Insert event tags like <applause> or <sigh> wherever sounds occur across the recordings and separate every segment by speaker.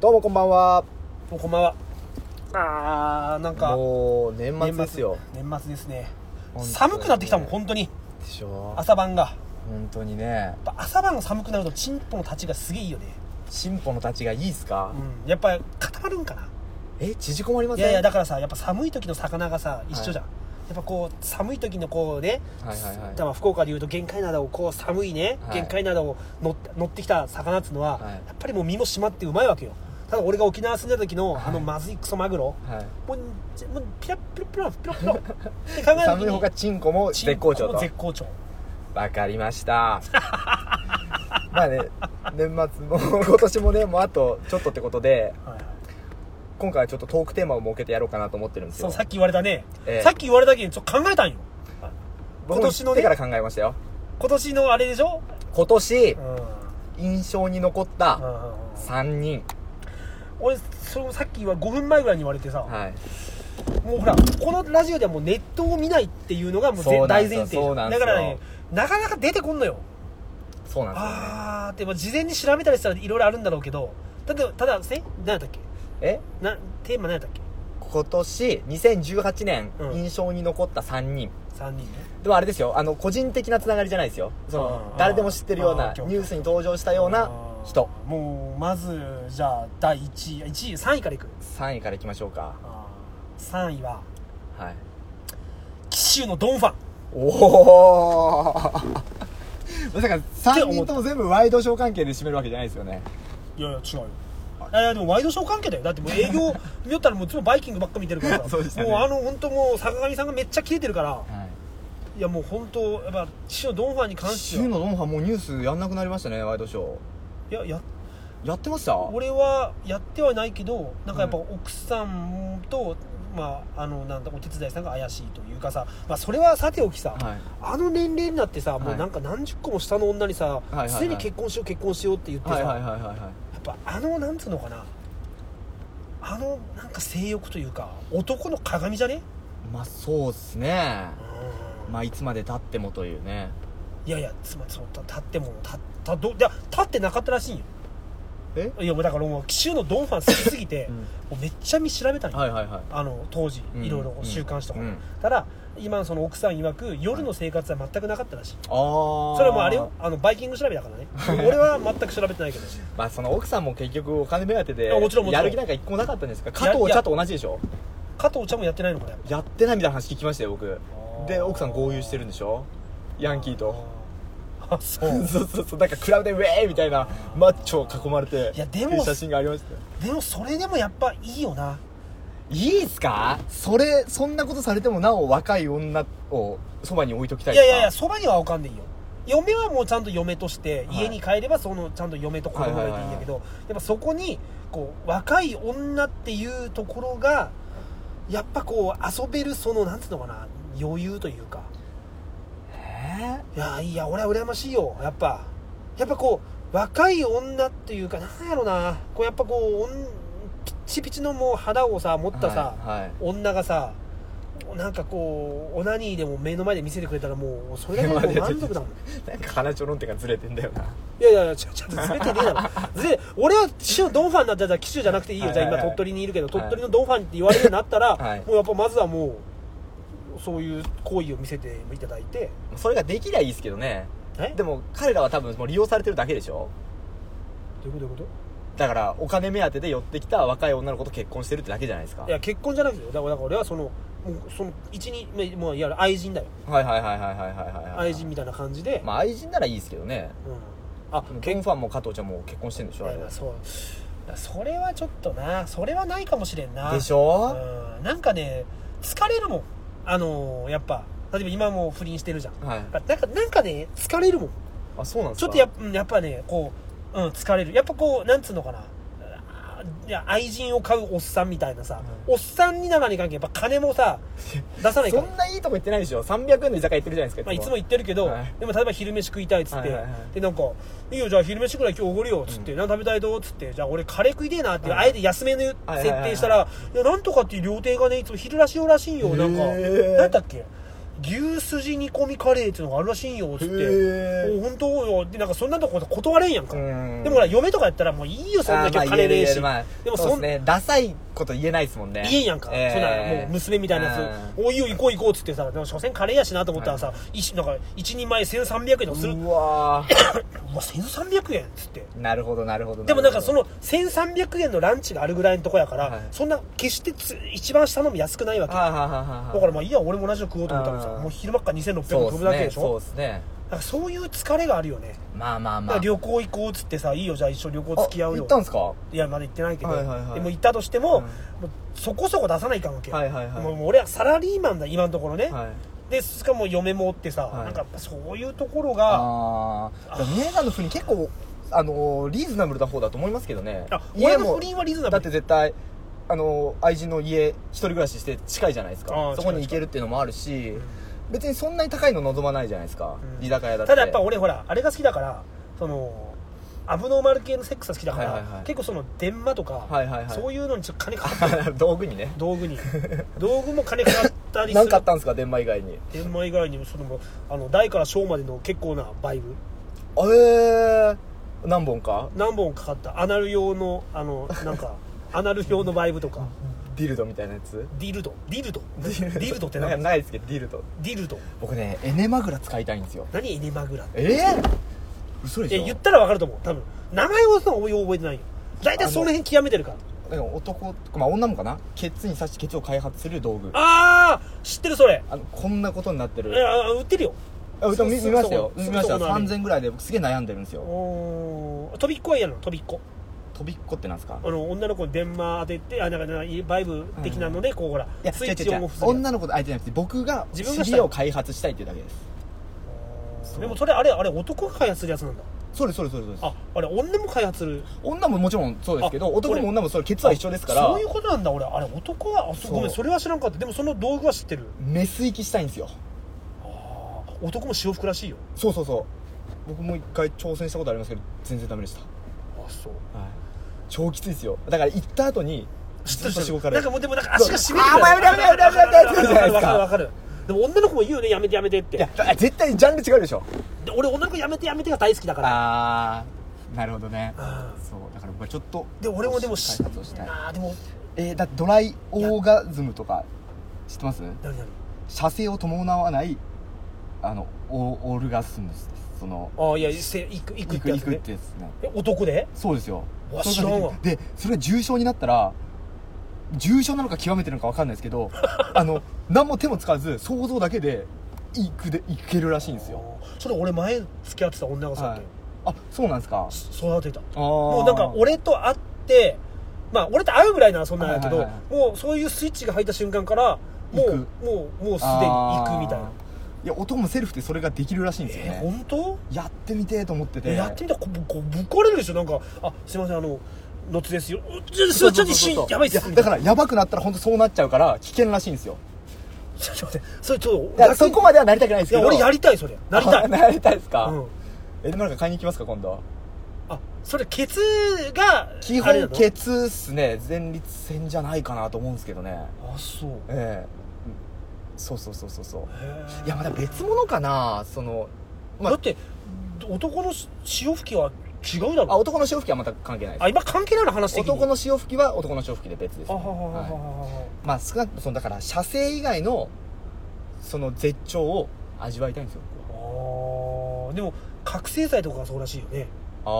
Speaker 1: どうもこんばんは
Speaker 2: もうこんばんはあーなんか
Speaker 1: もう年末ですよ
Speaker 2: 年末年末ですね
Speaker 1: 本当に
Speaker 2: 寒くなってきたもん本当に
Speaker 1: でしょ
Speaker 2: 朝晩が
Speaker 1: 本当にね
Speaker 2: やっぱ朝晩が寒くなるとチンポの立ちがすげえいいよね
Speaker 1: 進歩の立ちがいいっすか、
Speaker 2: うんやっぱ固まるんかな
Speaker 1: え縮こまりま
Speaker 2: い
Speaker 1: せん
Speaker 2: やいやだからさやっぱ寒い時の魚がさ一緒じゃん、やっぱこう寒い時のこうね、
Speaker 1: はいはいはい
Speaker 2: 多分福岡でいうと玄界灘をこう寒いね、
Speaker 1: はい
Speaker 2: 玄界灘を乗って乗ってきた魚っていうのは、
Speaker 1: はい
Speaker 2: やっぱりもう身も締まってうまいわけよただ俺が沖縄住んでた時の、
Speaker 1: はい
Speaker 2: あのまずいクソマグロ
Speaker 1: はい
Speaker 2: もうじもうピラッピロピロピロピロって考えた時
Speaker 1: 寒い
Speaker 2: に
Speaker 1: 方がチンコも絶好調
Speaker 2: チンコも
Speaker 1: と
Speaker 2: 絶好調
Speaker 1: わかりました
Speaker 2: <laughs>
Speaker 1: まあね年末も <laughs> 今年もねもうあとちょっとってことで
Speaker 2: はいはい
Speaker 1: 今回はちょっとトークテーマを設けてやろうかなと思ってるんです
Speaker 2: そ
Speaker 1: よ
Speaker 2: うさっき言われたね、
Speaker 1: ええ
Speaker 2: さっき言われたけどちょっと考えたんよ
Speaker 1: 僕
Speaker 2: 今年のね
Speaker 1: 知ってから考えましたよ
Speaker 2: 今年のあれでしょ
Speaker 1: 今年
Speaker 2: うん、うん
Speaker 1: 印象に残っ
Speaker 2: う
Speaker 1: た
Speaker 2: んうん、
Speaker 1: 3人
Speaker 2: 俺それもさっき言わ5分前ぐらいに言われてさ、
Speaker 1: はい
Speaker 2: もうほらこのラジオではもうネットを見ないっていうのがもう
Speaker 1: そ
Speaker 2: ぜ
Speaker 1: うなん
Speaker 2: 大
Speaker 1: です
Speaker 2: 前
Speaker 1: よ
Speaker 2: 提じゃ
Speaker 1: そうんなんです
Speaker 2: だか
Speaker 1: よ
Speaker 2: らねなかなか出てこんのよ
Speaker 1: そうなんですよね
Speaker 2: あーってまあ事前に調べたりしたらいろいろあるんだろうけどだってただね何だっけ
Speaker 1: え
Speaker 2: なテーマ何だっけ
Speaker 1: 今年2018年、
Speaker 2: うん
Speaker 1: 印象に残った3人
Speaker 2: 3人ね
Speaker 1: でもあれですよあの個人的なつながりじゃないですよその
Speaker 2: あー
Speaker 1: 誰でも知ってるよう
Speaker 2: あーオ
Speaker 1: な
Speaker 2: ッケーオッ
Speaker 1: ニ
Speaker 2: ケー
Speaker 1: ュースに登場したような人
Speaker 2: あーもうまずじゃあ第1位1位3位からいく
Speaker 1: 3位からいきましょうか
Speaker 2: あ3位は
Speaker 1: はい
Speaker 2: 紀州のドンファン
Speaker 1: おお <laughs> まさか
Speaker 2: て
Speaker 1: 3
Speaker 2: 思
Speaker 1: 人
Speaker 2: っ
Speaker 1: とも全部ワイドショー関係で締めるわけじゃないですよね
Speaker 2: いやいや違うよいやいやでもワイドショー関係だよだってもう営業見よったらもういつもバイキングばっか見てる <laughs> からさ
Speaker 1: そうでしたね
Speaker 2: もうあの本当もう坂上さんがめっちゃ切れてるから
Speaker 1: はい
Speaker 2: いやもう本当やっぱ父のドンファンに関して
Speaker 1: 週
Speaker 2: は
Speaker 1: のドンファンもうニュースやんなくなりましたねワイドショ
Speaker 2: いやや
Speaker 1: ーやってました
Speaker 2: 俺はやってはないけどなんかやっぱ奥さんと、まああのなんだお手伝いさんが怪しいというかさ、まあ、それはさておきさ、
Speaker 1: はい
Speaker 2: あの年齢になってさ、も
Speaker 1: は
Speaker 2: う
Speaker 1: い
Speaker 2: なんか何十個も下の女にさ
Speaker 1: いはいはい
Speaker 2: すで、に結婚しよう結婚しようって言ってさ、
Speaker 1: はいはいはいはいはい
Speaker 2: やっぱあのなんつうのかなあのなんか性欲というか男の鏡じゃね、
Speaker 1: まあそうっすね
Speaker 2: うん
Speaker 1: まあいつまで経ってもというね
Speaker 2: いやいやつまりそのた立っても立ったどいや立ってなかったらしいんよ
Speaker 1: え
Speaker 2: いやもうだからもう紀州のドンファン好きすぎて、
Speaker 1: うん
Speaker 2: もうめっちゃ見調べたんよ、
Speaker 1: はいはいはい
Speaker 2: あの当時
Speaker 1: うん
Speaker 2: いろいろ週刊誌とか、
Speaker 1: うん
Speaker 2: ただ今のその奥さん曰く夜の生活は全くなかったらしい、
Speaker 1: ああ
Speaker 2: それはもうあれよあのバイキング調べだから
Speaker 1: <laughs>
Speaker 2: ね俺は全く調べてないけど
Speaker 1: まあその奥さんも結局お金目当てで
Speaker 2: あもちろんもちろ
Speaker 1: や
Speaker 2: ん
Speaker 1: る気なんか一個もなかったんですか
Speaker 2: や
Speaker 1: 加藤茶と同じでしょ
Speaker 2: 加藤茶もやってないのかね
Speaker 1: やってないみたいな話聞きましたよ僕
Speaker 2: ー
Speaker 1: で奥さん合流してるんでしょヤンキーと <laughs>
Speaker 2: あ <laughs> そう
Speaker 1: そうそうそうなんかクラブでウェーイみたいなマッチョを囲まれて
Speaker 2: いやでも
Speaker 1: ってう写真がありましたよ
Speaker 2: でもそれでもやっぱいいよない
Speaker 1: いっすかそれそんなことされてもなお若い女をそばに置いときたい
Speaker 2: い
Speaker 1: っす
Speaker 2: や
Speaker 1: か
Speaker 2: いやいやそばには分かんないよ嫁はもうちゃんと嫁として
Speaker 1: はい
Speaker 2: 家に帰ればそのちゃんと嫁と子供がいていいんだけどやっぱそこにこう若い女っていうところがやっぱこう遊べるそのなんつうのかな余裕というか
Speaker 1: え
Speaker 2: いやいや俺は羨ましいよやっぱやっぱこう若い女っていうかなんやろなこうやっぱこうおんピッチピチのもう肌をさ持っ
Speaker 1: ー
Speaker 2: たさ、
Speaker 1: はいはい
Speaker 2: 女がさなんかこうオナニーでも目の前で見せてくれたらもうそれだけでもう満足だもん
Speaker 1: なんか鼻ちょろんってかずれてんだよない
Speaker 2: やいやいやちょちょっとずれてねえだろ
Speaker 1: <laughs>
Speaker 2: ずれ俺は紀州のドンファンになっちゃったら紀州じゃなくていいよ、
Speaker 1: はい
Speaker 2: じゃあ
Speaker 1: はい
Speaker 2: 今
Speaker 1: はい
Speaker 2: 鳥取にいるけど
Speaker 1: い
Speaker 2: 鳥取のドンファンって言われるようになったら、
Speaker 1: はい
Speaker 2: もうやっぱまずはもうそういう行為を見せていただいて
Speaker 1: それができりゃいいっすけどね
Speaker 2: え
Speaker 1: でも彼らは多分もう利用されてるだけでしょ
Speaker 2: どういうことどういうこ
Speaker 1: だからお金目当てで寄ってきた若い女の子と結婚してるってだけじゃないですか
Speaker 2: といや結婚じゃなくてよだからだから俺はそのもうその一人目もういわゆる愛人だよ
Speaker 1: はいはいはいはいはいはいはいはい
Speaker 2: 愛人みたいな感じで、
Speaker 1: まあ愛人ならいいですけどね
Speaker 2: うん、あ
Speaker 1: でもケンファンも加藤ちゃんも結婚してるんでしょあ
Speaker 2: いやそうだそれはちょっとなそれはないかもしれんな
Speaker 1: れでしょ
Speaker 2: うんなんかね疲れるもんあのーやっぱ例えば今もう不倫してるじゃん
Speaker 1: はい
Speaker 2: なんかなんかね疲れるもん
Speaker 1: あそうなんです
Speaker 2: ちょ
Speaker 1: か
Speaker 2: っとやっうんやっぱねこう、うん、疲れるやっぱこうなんつうのかなあーいや愛人を買うおっさんみたいなさ、おっさんにならに関係やっぱ金もさ出さないか
Speaker 1: そ
Speaker 2: ら
Speaker 1: んないいとこ行ってないでしょ300円の居酒屋行ってるじゃないです
Speaker 2: ま
Speaker 1: か
Speaker 2: あ、いつも言ってるけど、
Speaker 1: はい
Speaker 2: でも例えば昼飯食いたいっつって、
Speaker 1: はいはいはい
Speaker 2: でなんか「いいよじゃあ昼飯くらい今日おごるよ」っつって、何食べたいど?」っつって「じゃあ俺カレー食いてえな」って、
Speaker 1: はい
Speaker 2: あえて安めの設
Speaker 1: はいはいはい
Speaker 2: 定したら「いやなんとかっていう料亭がねいつも昼らしいよらしいんよ」なんか
Speaker 1: へえ
Speaker 2: 何だっけ牛すじ煮込みカレーっていうのがあるらしいんよっつって「
Speaker 1: へ
Speaker 2: お本当よ」でなんかそんなとこ断れんやんか、
Speaker 1: え
Speaker 2: でもほら嫁とかやったらもういいよそんな今日カレーでええし、で
Speaker 1: そうで
Speaker 2: もそ
Speaker 1: す
Speaker 2: ん
Speaker 1: ねダサいこと言えないですもんね
Speaker 2: 言えんやんか、
Speaker 1: えー
Speaker 2: そんなもう娘みたいなやつ「おいいよ行こう行こう」っつってさでも所詮カレーやしなと思ったらさ、一なんか一人前1300円とかする、う
Speaker 1: うわー
Speaker 2: わ1300円っつって
Speaker 1: なるほどなるほど
Speaker 2: でもなんかそ
Speaker 1: の
Speaker 2: の1300円のランチがあるぐらいのとこやから、
Speaker 1: はい
Speaker 2: そんな決してつ一番下のも安くないわけ
Speaker 1: はいはいはいはい
Speaker 2: だからまあいいや俺も同じの食おうと思ったらさ
Speaker 1: うん
Speaker 2: もう昼間っから2600円
Speaker 1: そう
Speaker 2: 飛
Speaker 1: で
Speaker 2: ぶ
Speaker 1: す
Speaker 2: だけ
Speaker 1: ね
Speaker 2: でし
Speaker 1: そ
Speaker 2: ょ
Speaker 1: うですね
Speaker 2: なんかそういう疲れがあるよね
Speaker 1: まあまあ
Speaker 2: だ
Speaker 1: ま
Speaker 2: か
Speaker 1: あ
Speaker 2: ら旅行行こうっつってさいいよじゃあ一緒に旅行
Speaker 1: あ
Speaker 2: 付き合う
Speaker 1: 行
Speaker 2: よ
Speaker 1: ったんですかはい
Speaker 2: やまだ行ってないけど、
Speaker 1: はいはいはい
Speaker 2: でも行ったとしても,、
Speaker 1: うん
Speaker 2: もうそこそこ出さないかんわけよ、
Speaker 1: いはいはい
Speaker 2: もうもう俺はサラリーマンだ今のところね、
Speaker 1: はい
Speaker 2: でしかも嫁もおってさ、
Speaker 1: はい
Speaker 2: なんかやっぱそういうところが
Speaker 1: ああー姉さんの不倫結構あのーリーズナブルな方だと思いますけどね
Speaker 2: あ
Speaker 1: 家
Speaker 2: 俺の
Speaker 1: も
Speaker 2: 不倫はリズナブ
Speaker 1: だ
Speaker 2: ル
Speaker 1: って絶対あのー愛人の家一人暮らしして近いじゃないです
Speaker 2: あ
Speaker 1: か
Speaker 2: ー
Speaker 1: そこに行けるっていうのもあるし
Speaker 2: うん
Speaker 1: 別にそんなに高いの望まないじゃないですか
Speaker 2: うん
Speaker 1: 居酒屋だって
Speaker 2: ただやっぱ俺ほらあれが好きだからそのアブノーマル系のセックスが好きだから、
Speaker 1: はいはいはい
Speaker 2: 結構その電話とか、
Speaker 1: はいはいはい
Speaker 2: そういうのにちょっと金か
Speaker 1: <laughs>
Speaker 2: かってる
Speaker 1: 道具にね
Speaker 2: 道具に道具も金かかったりす
Speaker 1: 何
Speaker 2: る
Speaker 1: かあったんですか電話以外に
Speaker 2: 電話以外にもそのあの大から小までの結構なバイブ
Speaker 1: えー、何本か
Speaker 2: 何本かかったアナル用のあのなんかアナル用のバイブとか
Speaker 1: ディルドみたいなやつ
Speaker 2: ディルドディルド
Speaker 1: デ
Speaker 2: ディルドって
Speaker 1: なんか
Speaker 2: 何
Speaker 1: ないですけどディルド
Speaker 2: ディルド
Speaker 1: 僕ねエネマグラ使いたいんですよ
Speaker 2: 何エネマグラって
Speaker 1: ええー、嘘で
Speaker 2: い
Speaker 1: し
Speaker 2: や
Speaker 1: ょ
Speaker 2: 言ったら分かると思う多分名前をさおい覚えてないよ大体その辺極めてるから
Speaker 1: なんか男まあ女もかなケツに刺してケツを開発する道具あ
Speaker 2: ああー知ってるそれ
Speaker 1: のこんなことになって
Speaker 2: い
Speaker 1: る
Speaker 2: や売ってるよ
Speaker 1: あでも見
Speaker 2: す
Speaker 1: 見ましたよ
Speaker 2: すぐ
Speaker 1: 見ました
Speaker 2: すぐそこのあれ
Speaker 1: 3000ぐらいで僕すげえ悩んでるんですよ
Speaker 2: おー飛びっこは嫌なの飛びっこ
Speaker 1: 飛びっこってなんですか
Speaker 2: あの女の子に電話当ててあなんかなんかバイブ的なので、こうほら
Speaker 1: いや
Speaker 2: ス
Speaker 1: 違
Speaker 2: イ
Speaker 1: う
Speaker 2: ッ
Speaker 1: 違
Speaker 2: チ
Speaker 1: う
Speaker 2: オン
Speaker 1: 違
Speaker 2: オ
Speaker 1: う
Speaker 2: フするやん
Speaker 1: 女の子と相手じゃなくて僕が
Speaker 2: 自分がしたい
Speaker 1: 尻を開発したいっていうだけですそう
Speaker 2: でもそれあれあれ男が開発するやつなんだ
Speaker 1: それそれそれそれです
Speaker 2: ああれ女も開発する
Speaker 1: 女ももちろんそうですけ
Speaker 2: あ
Speaker 1: ど男も女もそれケツは一緒ですから
Speaker 2: そういうことなんだ俺あれ男はあ
Speaker 1: そ
Speaker 2: そ
Speaker 1: う
Speaker 2: ごめんそれは知らんかったでもその道具は知ってる
Speaker 1: メス行きしたいんですよ
Speaker 2: あー男も潮吹くらしいよ
Speaker 1: そうそうそう僕も一回挑戦したことありますけど全然ダメでした
Speaker 2: あそう
Speaker 1: 超きついですよだから行った後に
Speaker 2: 知っ
Speaker 1: ず
Speaker 2: てる
Speaker 1: っと
Speaker 2: 知
Speaker 1: 仕事
Speaker 2: って
Speaker 1: か
Speaker 2: る
Speaker 1: ら
Speaker 2: なんかもうでもなんか足がしびれる
Speaker 1: あもうやめてやめてやめてやめてやめてやめてやめて
Speaker 2: わかるわかるでも女の子も言うねやめてやめてって
Speaker 1: いやだ絶対ジャンル違うでしょ
Speaker 2: で俺女の子やめてやめてが大好きだから
Speaker 1: ああなるほどね
Speaker 2: あ
Speaker 1: そうだから僕はちょっと
Speaker 2: で俺もでもし
Speaker 1: 開発をしたい
Speaker 2: あーでも
Speaker 1: えー、だってドライオーガズムとか知ってます
Speaker 2: 何何
Speaker 1: 射精を伴わないあのオオルガスムスですその
Speaker 2: ああいやせ行く行く
Speaker 1: い
Speaker 2: って
Speaker 1: く
Speaker 2: や
Speaker 1: い
Speaker 2: つ
Speaker 1: くっ
Speaker 2: ね
Speaker 1: てですね
Speaker 2: え男で
Speaker 1: そうですよ
Speaker 2: わ
Speaker 1: それができる
Speaker 2: 知らんわ
Speaker 1: でそれが重症になったら重症なのか極めてるのか分かんないですけ
Speaker 2: <laughs>
Speaker 1: どあの何も手も使わず想像だけでいくでいけるらしいんですよ
Speaker 2: あーそれ俺前付き合ってた女がさ、
Speaker 1: はいあそうなんですか
Speaker 2: そ育てた
Speaker 1: も
Speaker 2: もうなんか俺と会ってまあ俺と会うぐらいならそんなんやけど、
Speaker 1: はいはい
Speaker 2: もうそういうスイッチが入った瞬間からも
Speaker 1: 行
Speaker 2: うもうもうすでに行くみたい
Speaker 1: あ
Speaker 2: な
Speaker 1: ーいや男もセルフってそれができるらしいんですよ
Speaker 2: え
Speaker 1: ね、
Speaker 2: 本当
Speaker 1: やってみてーと思ってて
Speaker 2: えやってみたらここぶっ壊れるでしょなんか「あすいませんあののつですよ」うちょ「ち
Speaker 1: そ
Speaker 2: ょ
Speaker 1: う
Speaker 2: ち
Speaker 1: そうそうそ
Speaker 2: ょっと一
Speaker 1: う
Speaker 2: 瞬やばいっす」
Speaker 1: だかららやばくなったら本当そうなっちゃうから危険らしいんですよ
Speaker 2: <laughs> ちょっと待ってそれちょっ
Speaker 1: いや
Speaker 2: と
Speaker 1: そこまではなりたくないです
Speaker 2: い
Speaker 1: け
Speaker 2: や
Speaker 1: ど
Speaker 2: 俺やりたいそれなりたい、
Speaker 1: <laughs> なりたいですか、
Speaker 2: うん、
Speaker 1: えでもなんか買いに行きますか今度
Speaker 2: あそれケツが
Speaker 1: 基
Speaker 2: あ
Speaker 1: 本
Speaker 2: れなの
Speaker 1: ケツっすね前立腺じゃないかなと思うんですけどね
Speaker 2: あそう
Speaker 1: ええそうそうそうそうそう
Speaker 2: へー
Speaker 1: いやまだ別物かなそのまあ
Speaker 2: だって男の潮吹きは違うだ
Speaker 1: あ
Speaker 2: ろ
Speaker 1: 男の潮吹きはまた関係ないで
Speaker 2: あ今関係ないの話
Speaker 1: す
Speaker 2: 的に
Speaker 1: 男の潮吹きは男の潮吹きで別です、
Speaker 2: あ
Speaker 1: ね
Speaker 2: ははははは
Speaker 1: はい
Speaker 2: は
Speaker 1: まあ少なくともそのだから射精以外のその絶頂を味わいたいんですよ
Speaker 2: あーでも覚醒剤とかがそうらしいよね
Speaker 1: あ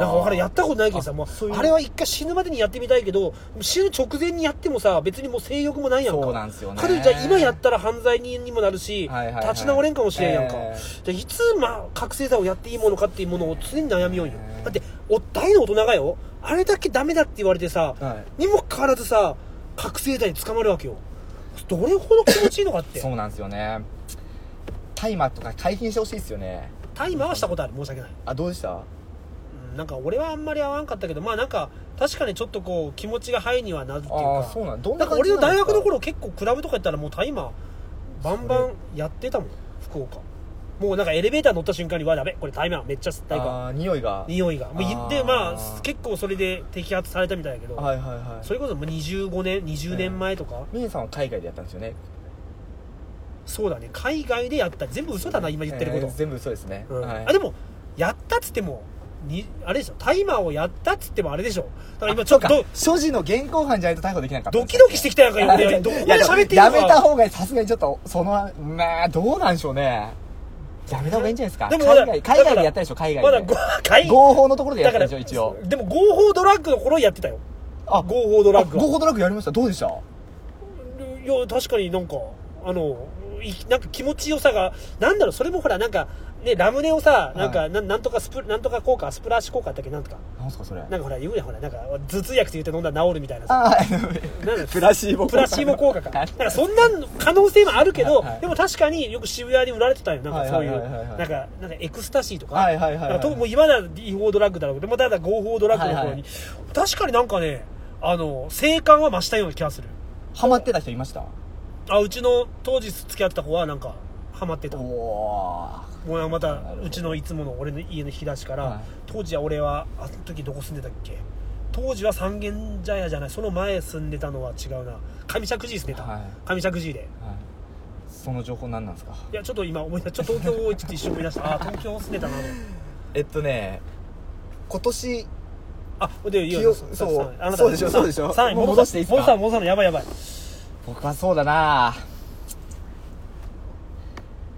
Speaker 2: なんか分からんやったことないけどさ
Speaker 1: あ
Speaker 2: も
Speaker 1: そう
Speaker 2: う
Speaker 1: いう
Speaker 2: あれは一回死ぬまでにやってみたいけど死ぬ直前にやってもさ別にもう性欲もないやんか
Speaker 1: そうなんですよね
Speaker 2: 彼女じゃあ今やったら犯罪人にもなるし、
Speaker 1: はいはいはい
Speaker 2: 立ち直れんかもしれんやんか、
Speaker 1: え
Speaker 2: じゃあいつ、まあ、覚醒剤をやっていいものかっていうものを常に悩みようよ、
Speaker 1: えー
Speaker 2: だってお大の大人がよあれだけダメだって言われてさ、
Speaker 1: は
Speaker 2: にもかかわらずさ覚醒剤に捕まるわけよどれほど気持ちいいのかって
Speaker 1: そうなんですよね大麻とか解禁してほしいですよね
Speaker 2: タイ回したことある申し訳ない
Speaker 1: あどうでした
Speaker 2: うんなんか俺はあんまり合わんかったけどまあなんか確かにちょっとこう気持ちがハイにはなるっていう
Speaker 1: ああ
Speaker 2: か
Speaker 1: そうなんどん
Speaker 2: な
Speaker 1: なん
Speaker 2: か
Speaker 1: 感
Speaker 2: 俺
Speaker 1: じ
Speaker 2: の
Speaker 1: なん
Speaker 2: 大
Speaker 1: ですか
Speaker 2: 学の頃結構クラブとかやったらもうタイマーバンバンやってたもん福岡もうなんかエレベーター乗った瞬間にわやべこれタイマーめっちゃ吸ったいか
Speaker 1: あー匂いが
Speaker 2: 匂いがもうい
Speaker 1: あー
Speaker 2: でまあ結構それで摘発されたみたいだけど、
Speaker 1: はいはいはい
Speaker 2: それこそもう25年20年前とか、
Speaker 1: ミネさんは海外でやったんですよね
Speaker 2: そうだね海外でやった全部嘘だな今言ってること、
Speaker 1: えー全部そうですね、
Speaker 2: うん
Speaker 1: はい
Speaker 2: あでもやったっつってもにあれでしょタイマーをやったっつってもあれでしょだから今ちょっと
Speaker 1: そう
Speaker 2: ど
Speaker 1: か所持の現行犯じゃないと逮捕できなかった
Speaker 2: ドキドキしてきたやんか今
Speaker 1: いや
Speaker 2: ね
Speaker 1: い
Speaker 2: どこ
Speaker 1: や
Speaker 2: ま
Speaker 1: で
Speaker 2: で
Speaker 1: も
Speaker 2: 喋っていいの
Speaker 1: や
Speaker 2: か
Speaker 1: めた方がさすがにちょっとそのまあどうなんでしょうねやめた方がいいんじゃないですか
Speaker 2: でも
Speaker 1: 海
Speaker 2: まだ
Speaker 1: 外海
Speaker 2: だか
Speaker 1: 外
Speaker 2: ら
Speaker 1: でやったでしょ海
Speaker 2: ま
Speaker 1: 外
Speaker 2: だ
Speaker 1: で、
Speaker 2: ご海
Speaker 1: 合法のところでや
Speaker 2: だ
Speaker 1: った
Speaker 2: か
Speaker 1: で
Speaker 2: ら
Speaker 1: しょ一応
Speaker 2: でも合法ドラッグの頃やってたよ
Speaker 1: あ
Speaker 2: 合法ドラッグ
Speaker 1: あ合
Speaker 2: は
Speaker 1: 法ドラッグやりましたどうでした
Speaker 2: いや確かになんかあのいなんか気持ちよさがなんだろうそれもほらなんかねラムネをさなんか、
Speaker 1: は
Speaker 2: なんなんとかスプなんとか効果スプラッシュ効果あったっけなんとか
Speaker 1: なんすかそれ
Speaker 2: なんかほら言うやんほらなんか頭痛薬って言って飲んだら治るみたいなさ
Speaker 1: あ
Speaker 2: なんだ
Speaker 1: プラシーボ効果
Speaker 2: プラシーボ効果か
Speaker 1: は
Speaker 2: だ
Speaker 1: い
Speaker 2: からそんな可能性もあるけど、
Speaker 1: はいはい
Speaker 2: でも確かによく渋谷に売られてたよなんかそういう、
Speaker 1: はいはいはいはいはい
Speaker 2: なんかなんかエクスタシーとか,、
Speaker 1: はいはいはいはい
Speaker 2: なんかともう今だと違法ドラッグだろうけどでもただ合法ドラッグの頃に、
Speaker 1: はいはい
Speaker 2: 確かになんかねあの性感は増したような気がする
Speaker 1: ハマってた人いました
Speaker 2: あうちの当時付き合ってた子はなんかハマってた
Speaker 1: お
Speaker 2: も
Speaker 1: お
Speaker 2: う
Speaker 1: な
Speaker 2: ま
Speaker 1: る
Speaker 2: た
Speaker 1: ほど
Speaker 2: うちのいつもの俺の家の引き出しから、
Speaker 1: はい
Speaker 2: 当時は俺はあの時どこ住んでたっけ当時は三軒茶屋じゃないその前住んでたのは違うな上石寺に住んでた、
Speaker 1: はい
Speaker 2: 上石寺で
Speaker 1: ー、はい、その情報何なんですか
Speaker 2: いやちょっと今思い出したちょっと東京をちょっと一瞬思い出したあー東京住んでたなと
Speaker 1: えっとね今年
Speaker 2: あでいや
Speaker 1: 記憶
Speaker 2: さ
Speaker 1: そう
Speaker 2: さあなた
Speaker 1: そうでしょそうでしょ
Speaker 2: さ
Speaker 1: もう
Speaker 2: あ戻
Speaker 1: 戻
Speaker 2: し
Speaker 1: してて
Speaker 2: い
Speaker 1: い
Speaker 2: い
Speaker 1: いで
Speaker 2: で
Speaker 1: すすか
Speaker 2: か戻さん戻さんやばいやばい
Speaker 1: 僕はそうだな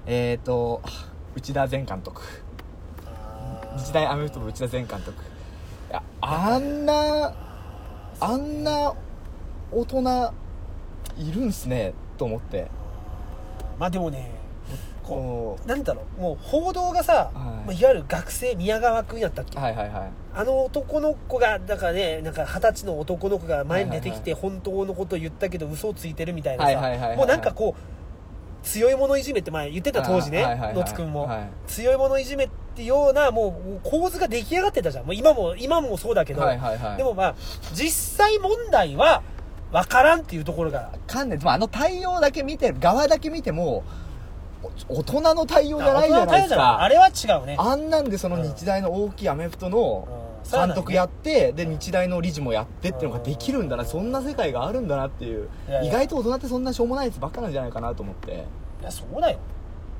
Speaker 1: えっ、ー、と内田前監督日大アメフト部内田前監督いやあんなあんな大人いるんすねと思って
Speaker 2: まあでもねこ
Speaker 1: こ
Speaker 2: うなんだろうもう報道がさ、
Speaker 1: はい
Speaker 2: まあいわゆる学生宮川君やったっけ
Speaker 1: うはいはいはい
Speaker 2: あの男の子がだからねなんか二十歳の男の子が前に出てきて本当のことを言ったけど嘘をついてるみたいな
Speaker 1: はいはいはいはい
Speaker 2: さ
Speaker 1: はい
Speaker 2: もうなんかこう強い者いじめって前言ってた当時ね
Speaker 1: はいはいはい
Speaker 2: 野津君も
Speaker 1: はい
Speaker 2: 強い者いじめってようなもうもう構図が出来上がってたじゃんもう今も今もそうだけど、
Speaker 1: はいはいはい
Speaker 2: でもまあ実際問題は分からんっていうところが
Speaker 1: かんねまああの対応だけ見て側だけ見てもお大人の対応じゃないじゃないです
Speaker 2: あ
Speaker 1: か
Speaker 2: あれは違うね
Speaker 1: あんなんでその日大の大きいアメフトの
Speaker 2: うん
Speaker 1: 監督やって、で日大の理事もやってっていうのができるんだな、そんな世界があるんだなっていう
Speaker 2: いやいや
Speaker 1: 意外と大人ってそんなしょうもないやつばっかなんじゃないかなと思って
Speaker 2: いやそうだよ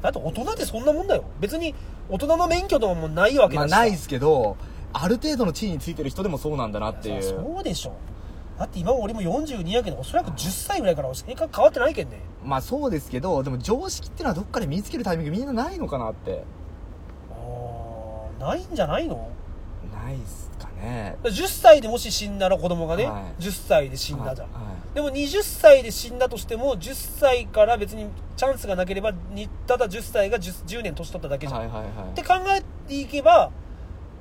Speaker 2: だって大人ってそんなもんだよ別に大人の免許とかもないわけ
Speaker 1: まあ
Speaker 2: だしさ、
Speaker 1: ないですけどある程度の地位についてる人でもそうなんだなっていう
Speaker 2: そうでしょだって今俺も42やけどおそらく10歳ぐらいから性格変わってないけんね
Speaker 1: まあそうですけどでも常識っていうのはどっかで身につけるタイミングみんなないのかなって
Speaker 2: あーないんじゃないの
Speaker 1: ないっすかね
Speaker 2: 10歳でもし死んだら子供がね、
Speaker 1: はい
Speaker 2: 10歳で死んだじゃん、
Speaker 1: はいはい
Speaker 2: でも20歳で死んだとしても10歳から別にチャンスがなければにただ10歳が 10, 10年年取っただけじゃん、
Speaker 1: はいはいはい
Speaker 2: って考えていけば、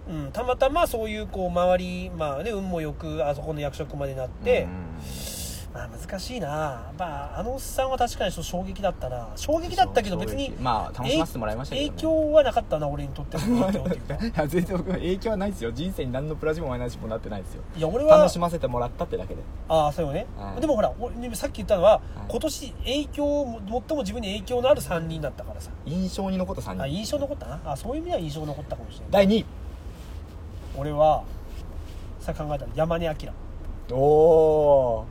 Speaker 2: うん、たまたまそういうこう周りまあね運もよくあそこの役職までなって、まあ難しいな、まあ、あのおっさんは確かにちょっと衝撃だったな衝
Speaker 1: うん
Speaker 2: 撃だったけど別
Speaker 1: 衝
Speaker 2: に
Speaker 1: 撃まあ楽しませてもらいましたけど、ね、
Speaker 2: 影響はなかったな俺にとっての影響っていうか
Speaker 1: <laughs> いや全然僕は影響はないですよ人生に何のプラジもマイナスもなってないですよ
Speaker 2: いや俺は
Speaker 1: 楽しませてもらったってだけで
Speaker 2: ああそうよね、
Speaker 1: はい
Speaker 2: でもほら俺ねさっき言ったのは、
Speaker 1: い
Speaker 2: 今年影響も最も自分に影響のある3人だったからさ、
Speaker 1: 印象に残った3
Speaker 2: あ
Speaker 1: 人
Speaker 2: 印象残ったなあそういう意味では印象残ったかもしれない
Speaker 1: 第2位
Speaker 2: 俺はさ考えたら山根明なんか
Speaker 1: おお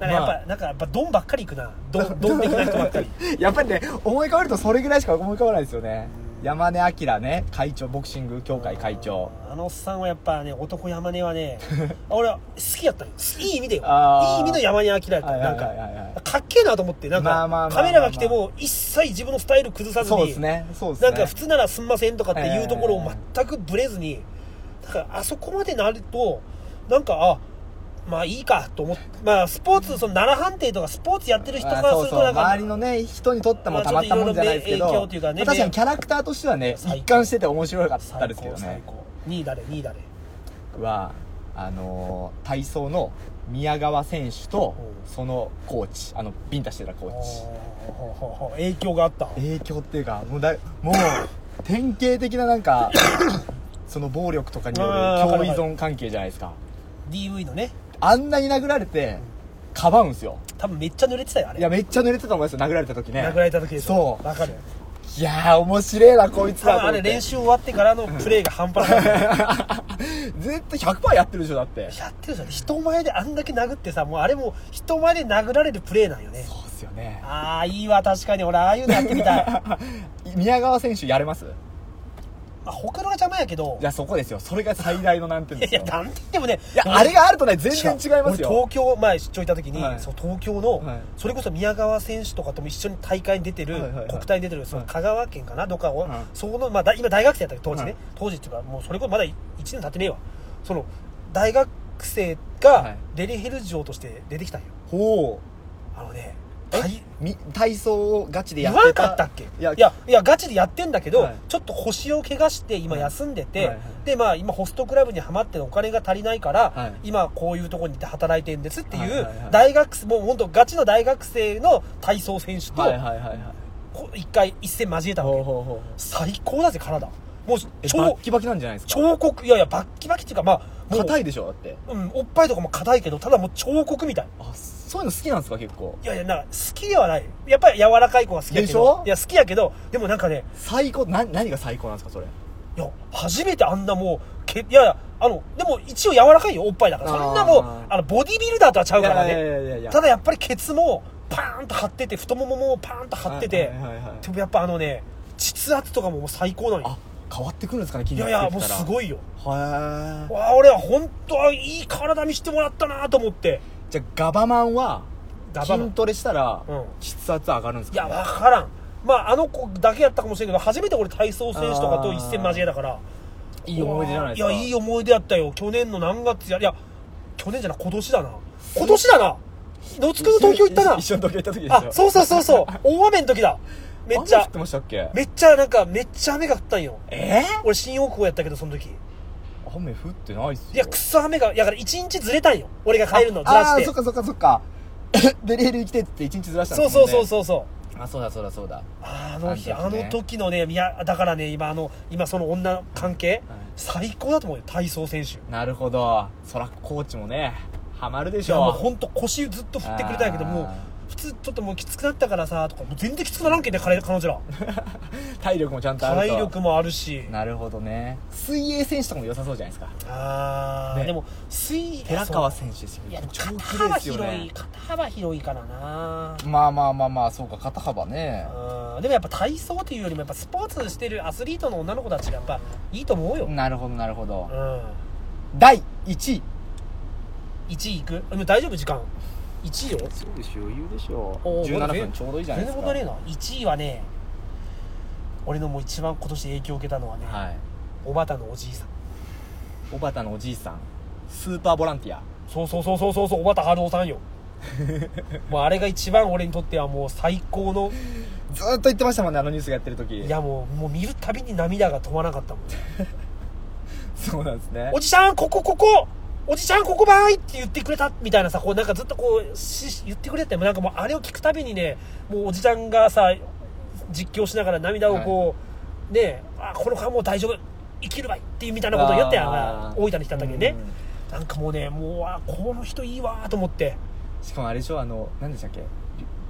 Speaker 2: やっぱ、
Speaker 1: ま
Speaker 2: なんかやっぱドンばっかり行くなドンドン的な人ばっかり
Speaker 1: やっぱりね思い浮かべるとそれぐらいしか思い浮かばないですよね
Speaker 2: うん
Speaker 1: 山根明ね会長ボクシング協会会長
Speaker 2: あのおっさんはやっぱね男山根は
Speaker 1: <laughs>
Speaker 2: ね俺は好きやったよいい意味でよ
Speaker 1: あー
Speaker 2: いい意味の山根明やったよ
Speaker 1: はい
Speaker 2: な
Speaker 1: は
Speaker 2: ん
Speaker 1: いはいはい
Speaker 2: かかっけえなと思ってなん
Speaker 1: まあまあまあま
Speaker 2: か
Speaker 1: あ
Speaker 2: カメラが来ても一切自分のスタイル崩さずに
Speaker 1: そうですねそうです
Speaker 2: な
Speaker 1: ね
Speaker 2: んか普通ならすんませんとかっていうところを
Speaker 1: え
Speaker 2: 全くぶれずに、だからあそこまでなると、なんか、あまあいいかと思って、まあスポーツ、その奈良判定とかスポーツやってる人か
Speaker 1: あ
Speaker 2: ら
Speaker 1: そ
Speaker 2: す
Speaker 1: う
Speaker 2: る
Speaker 1: そう
Speaker 2: と、なんか
Speaker 1: 周り、のね人にとってもたまったもんじゃないですけ
Speaker 2: まあちょ
Speaker 1: ど、
Speaker 2: っといろいろね影響というかね
Speaker 1: まあ確かにキャラクターとしてはね
Speaker 2: 最高
Speaker 1: 一貫してて面白かった
Speaker 2: 最
Speaker 1: ですけ
Speaker 2: 高、
Speaker 1: ど
Speaker 2: 最
Speaker 1: ね
Speaker 2: 高。2位誰、2位誰。
Speaker 1: はあのー体操の宮川選手と
Speaker 2: うん
Speaker 1: そのコーチあのビンタしてたコ
Speaker 2: お
Speaker 1: ーチ
Speaker 2: ーほうほうほう影響があった。
Speaker 1: 影響っていうかもうだいもう典型的ななん
Speaker 2: <coughs>
Speaker 1: かその暴力とかによる
Speaker 2: あーわか
Speaker 1: 共
Speaker 2: る
Speaker 1: 依
Speaker 2: わかる
Speaker 1: 存関係じゃないですか
Speaker 2: DV のね、
Speaker 1: あんなに殴られてかばうんすよ
Speaker 2: 多分めっちゃ濡れてたよ、あれ。
Speaker 1: いやめっちゃ濡れてたと思いますよ殴られた時ね
Speaker 2: 殴られた時です
Speaker 1: そ
Speaker 2: わかる。
Speaker 1: ういやー面白えなこいつ
Speaker 2: 多
Speaker 1: ら
Speaker 2: 分
Speaker 1: と
Speaker 2: あ
Speaker 1: 思
Speaker 2: れ
Speaker 1: って <laughs>
Speaker 2: 練習終わってからのプレーが半端なかっ
Speaker 1: 絶対100%やってるでしょだって
Speaker 2: た。やってるじゃん。人前であんだけ殴ってさ、もうあれも人前で殴られるプレーなんよね。
Speaker 1: そうっすですよね <laughs>
Speaker 2: ああいいわ確かに俺ああいうのやってみたいま
Speaker 1: 宮川選手やれます
Speaker 2: あ他のが邪魔やけど
Speaker 1: いやそこですよそれが最大のなんていうん
Speaker 2: いや
Speaker 1: で
Speaker 2: い
Speaker 1: す
Speaker 2: や
Speaker 1: よ
Speaker 2: なんて言ってもね
Speaker 1: いやあれがあるとね全然違います
Speaker 2: 俺
Speaker 1: よ
Speaker 2: 東京前出張行った時に、
Speaker 1: はい
Speaker 2: そう東京の、
Speaker 1: はい
Speaker 2: それこそ宮川選手とかとも一緒に大会に出てる、
Speaker 1: はいはいはい
Speaker 2: 国体に出てるその
Speaker 1: はい
Speaker 2: 香川県かなどっかを、
Speaker 1: はい
Speaker 2: そこの、まあ、だ今大学生だった当時ね、
Speaker 1: はい
Speaker 2: 当時っていうかもうそれこそまだ1年経ってねえわその大学生
Speaker 1: は
Speaker 2: が
Speaker 1: い
Speaker 2: デリヘル嬢として出てきたんよ
Speaker 1: ほ
Speaker 2: あのね
Speaker 1: うえ
Speaker 2: 大
Speaker 1: み体操をガチでや
Speaker 2: 言
Speaker 1: っ
Speaker 2: わ
Speaker 1: てた
Speaker 2: なかったっけい
Speaker 1: いや
Speaker 2: やいやガチでやってんだけど、
Speaker 1: はい
Speaker 2: ちょっと腰を怪我して今
Speaker 1: はい
Speaker 2: 休んでて、
Speaker 1: はいはい
Speaker 2: でまあ今ホストクラブにはまってお金が足りないから、
Speaker 1: はい
Speaker 2: 今こういうところに行って働いてんですっていう、
Speaker 1: はいはいはい
Speaker 2: 大学生もう本当ガチの大学生の体操選手と
Speaker 1: はいはいはいはい
Speaker 2: こう一回一戦交えたわけ、
Speaker 1: ほうほうほう
Speaker 2: 最高だぜ体もう
Speaker 1: えバ
Speaker 2: 超
Speaker 1: ッキバキなんじゃないですか
Speaker 2: 彫刻いやいやバッキバキっていうかまあもう
Speaker 1: 硬いでしょだって
Speaker 2: うん、おっぱいとかも硬いけどただもう彫刻みたい
Speaker 1: あそういうの好きなんですか結構
Speaker 2: いやいやなんか好きではないやっぱり柔らかい子が好きやけ
Speaker 1: でし
Speaker 2: ど
Speaker 1: ょ
Speaker 2: いや好きやけどでもなんかね
Speaker 1: 最高な何が最高なんですかそれ
Speaker 2: いや、初めてあんなもう、けいやいや、あの、でも一応柔らかいよ、おっぱいだから。
Speaker 1: あー
Speaker 2: そんなもう、あの、ボディビルダーとはちゃうから
Speaker 1: いやい
Speaker 2: ね。
Speaker 1: やいやいや
Speaker 2: ただやっぱりケツも、パーンと張ってて、太もももパーンと張ってて
Speaker 1: はい、はいはいはい
Speaker 2: でもやっぱあのね、膣圧とかももう最高なのよ
Speaker 1: あ。変わってくるんですかね筋
Speaker 2: い
Speaker 1: 肉
Speaker 2: やい
Speaker 1: つけて
Speaker 2: や、もう
Speaker 1: たら
Speaker 2: すごいよ。
Speaker 1: はえ
Speaker 2: わあ、俺は本当はいい体見せてもらったなと思って。
Speaker 1: じゃあガバマンは
Speaker 2: ガバマン
Speaker 1: 筋トレしたら
Speaker 2: うん
Speaker 1: 筆圧上がるんです
Speaker 2: い
Speaker 1: か
Speaker 2: や、
Speaker 1: ね
Speaker 2: わからん。まあ、あの子だけやったかもしれんけど、初めて俺体操選手とかと一戦交えたから。
Speaker 1: いい思い出じゃないですか
Speaker 2: やいい思い出やったよ去年の何月やいや去年じゃない今年だな今年だな野津君の東京行ったな
Speaker 1: 一緒に東京行った時でしょ
Speaker 2: あそうそうそうそう大雨の時だめっち
Speaker 1: 雨降
Speaker 2: ゃ
Speaker 1: ってましたっけ
Speaker 2: めっちゃなんかめっちゃ雨が降ったんよ
Speaker 1: え
Speaker 2: 俺新大久保やったけどその時
Speaker 1: ー雨降ってないっすよ
Speaker 2: いやくそ雨がいやだから1日ずれたんよ俺が帰るのずら
Speaker 1: あ
Speaker 2: し
Speaker 1: あ
Speaker 2: て
Speaker 1: ーそっかそっかそっか <coughs> デリヘル行きてっつって一日ずらしたん
Speaker 2: そう
Speaker 1: です
Speaker 2: そ
Speaker 1: もん
Speaker 2: う
Speaker 1: ね
Speaker 2: そうそうそう
Speaker 1: あそうだそうだそうだ
Speaker 2: あの日
Speaker 1: あの
Speaker 2: あ
Speaker 1: 時ね
Speaker 2: の時のねいやだからね今あの今その女関係、
Speaker 1: はい
Speaker 2: 最高だと思うよ体操選手
Speaker 1: なるほどそらコーチもねハマるでし
Speaker 2: いやも
Speaker 1: ょ
Speaker 2: う本当腰ずっと振ってくれたんやけど
Speaker 1: あー
Speaker 2: もう普通ちょっともうきつくなったからさとかもう全然きつくならんけんね彼彼女ら
Speaker 1: 体力もちゃんとある
Speaker 2: 体
Speaker 1: と
Speaker 2: 力もあるし
Speaker 1: なるほどね水泳選手とかも良さそうじゃないですか
Speaker 2: あー
Speaker 1: ね
Speaker 2: でも水
Speaker 1: 寺川
Speaker 2: そ
Speaker 1: 選手ですよ
Speaker 2: ういやでも
Speaker 1: 超
Speaker 2: 肩
Speaker 1: 綺麗
Speaker 2: 幅
Speaker 1: ですよ
Speaker 2: 広い
Speaker 1: ね
Speaker 2: 肩幅広いからな
Speaker 1: まあまあまあまあそうか肩幅ね
Speaker 2: うんでもやっぱ体操というよりもやっぱスポーツしてるアスリートの女の子たちがやっぱいいと思うよ、うん、
Speaker 1: なるほどなるほど
Speaker 2: 1
Speaker 1: 第1位
Speaker 2: 位いくでも大丈夫時間1位よ
Speaker 1: そうでしょ余裕でしょ
Speaker 2: おー
Speaker 1: 17分ちょうどいいじゃないで
Speaker 2: 全然
Speaker 1: すか
Speaker 2: 問題ねえな1位はね俺のもう一番今年影響を受けたのはね、
Speaker 1: はい
Speaker 2: おばたのおじいさん
Speaker 1: 小畑のおじいさんスーパーボランティア
Speaker 2: そうそうそうそうそうそう小畑春夫さん
Speaker 1: <laughs>
Speaker 2: よもうあれが一番俺にとってはもう最高の
Speaker 1: ずーっと言ってましたもんねあのニュースやってる時
Speaker 2: いやもうもう見るたびに涙が止まらなかったもん
Speaker 1: そうなんですね
Speaker 2: おじさんここここおじちゃんここばーいって言ってくれたみたいなさこうなんかずっとこうし言ってくれてもなんかもうあれを聞くたびにねもうおじちゃんがさ実況しながら涙をこう、ねあこの間もう大丈夫生きるばいっていうみたいなことを言ったやん
Speaker 1: あ
Speaker 2: な
Speaker 1: ー
Speaker 2: 大分に来た時にね
Speaker 1: うん
Speaker 2: なんかもうねもうあこの人いいわーと思って
Speaker 1: しかもあれでしょあの何でしたっけ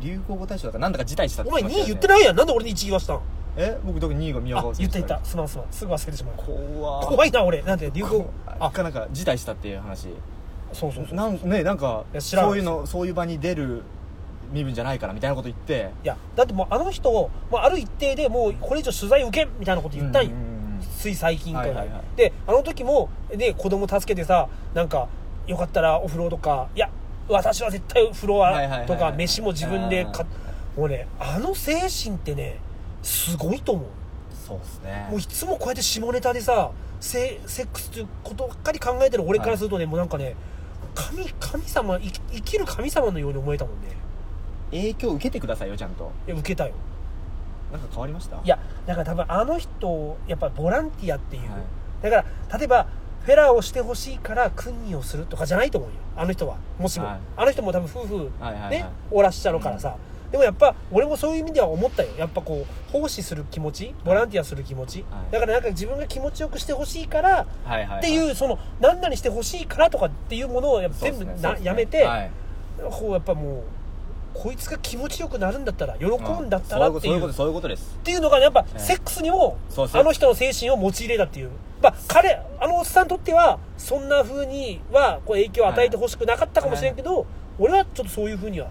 Speaker 1: 流流行語大賞だからなんだか辞退したって
Speaker 2: お前2位言って
Speaker 1: い
Speaker 2: ないやんなんで俺に1位言わせたん
Speaker 1: え僕特に2位が宮
Speaker 2: あ
Speaker 1: 川
Speaker 2: 言
Speaker 1: 選
Speaker 2: っ
Speaker 1: 手
Speaker 2: て
Speaker 1: だ
Speaker 2: いたすまんすまんすぐ忘れてしまう
Speaker 1: 怖
Speaker 2: 怖
Speaker 1: い
Speaker 2: いな俺なんて流行
Speaker 1: あかなんか辞退したっていう話
Speaker 2: そうそうそう
Speaker 1: なんねなんか
Speaker 2: いや知らん
Speaker 1: そういうのそういう場に出る身分じゃないからみたいなこと言って
Speaker 2: いやだってもうあの人を、まあ、ある一定でもうこれ以上取材受けんみたいなこと言ったんよ、
Speaker 1: うんうんうん
Speaker 2: つい最近から、
Speaker 1: はいはいはい
Speaker 2: であの時もで子供助けてさなんかよかったらお風呂とかいや私は絶対お風呂
Speaker 1: はいはいはいは
Speaker 2: はいとか飯も自分で
Speaker 1: あ
Speaker 2: かもうねあの精神ってねすごいと思う
Speaker 1: そうですね
Speaker 2: もういつもこうやって下ネタでさセセックスっていうことばっかり考えてる俺からするとね、もうなんかね神神様生き生きる神様のように思えたもんね
Speaker 1: 影響受けてくださいよちゃんと
Speaker 2: いや受けたよ
Speaker 1: なんか変わりました
Speaker 2: いやだから多分あの人やっぱボランティアっていう、
Speaker 1: はい
Speaker 2: だから例えばフェラーをしてほしいから訓にをするとかじゃないと思うよあの人はもしも、
Speaker 1: はい
Speaker 2: あの人も多分夫婦
Speaker 1: はいはいはい
Speaker 2: ねおらっしゃるからさ、でもやっぱ俺もそういう意味では思ったよやっぱこう奉仕する気持ちボランティアする気持ち、
Speaker 1: はい
Speaker 2: だからなんか自分が気持ちよくしてほしいから
Speaker 1: はいはいはい
Speaker 2: っていうその何々してほしいからとかっていうものをやっぱ
Speaker 1: そうっ
Speaker 2: 全
Speaker 1: す
Speaker 2: 部
Speaker 1: ね
Speaker 2: な、
Speaker 1: そうっすね
Speaker 2: やめて、
Speaker 1: はい
Speaker 2: こうやっぱもうこいつが気持ちよくなるんだったら喜ぶんだった
Speaker 1: あ
Speaker 2: ら
Speaker 1: そう
Speaker 2: って
Speaker 1: そういう
Speaker 2: いう
Speaker 1: ことそういうことです
Speaker 2: っていうのがやっぱ
Speaker 1: ええ
Speaker 2: セックスにも
Speaker 1: そうそう
Speaker 2: あの人の精神を用いれたっていう、まあ、彼あのおっさんにとってはそんな風にはこう影響を与えてほしくなかったかもしれんけど、俺はちょっとそういう風には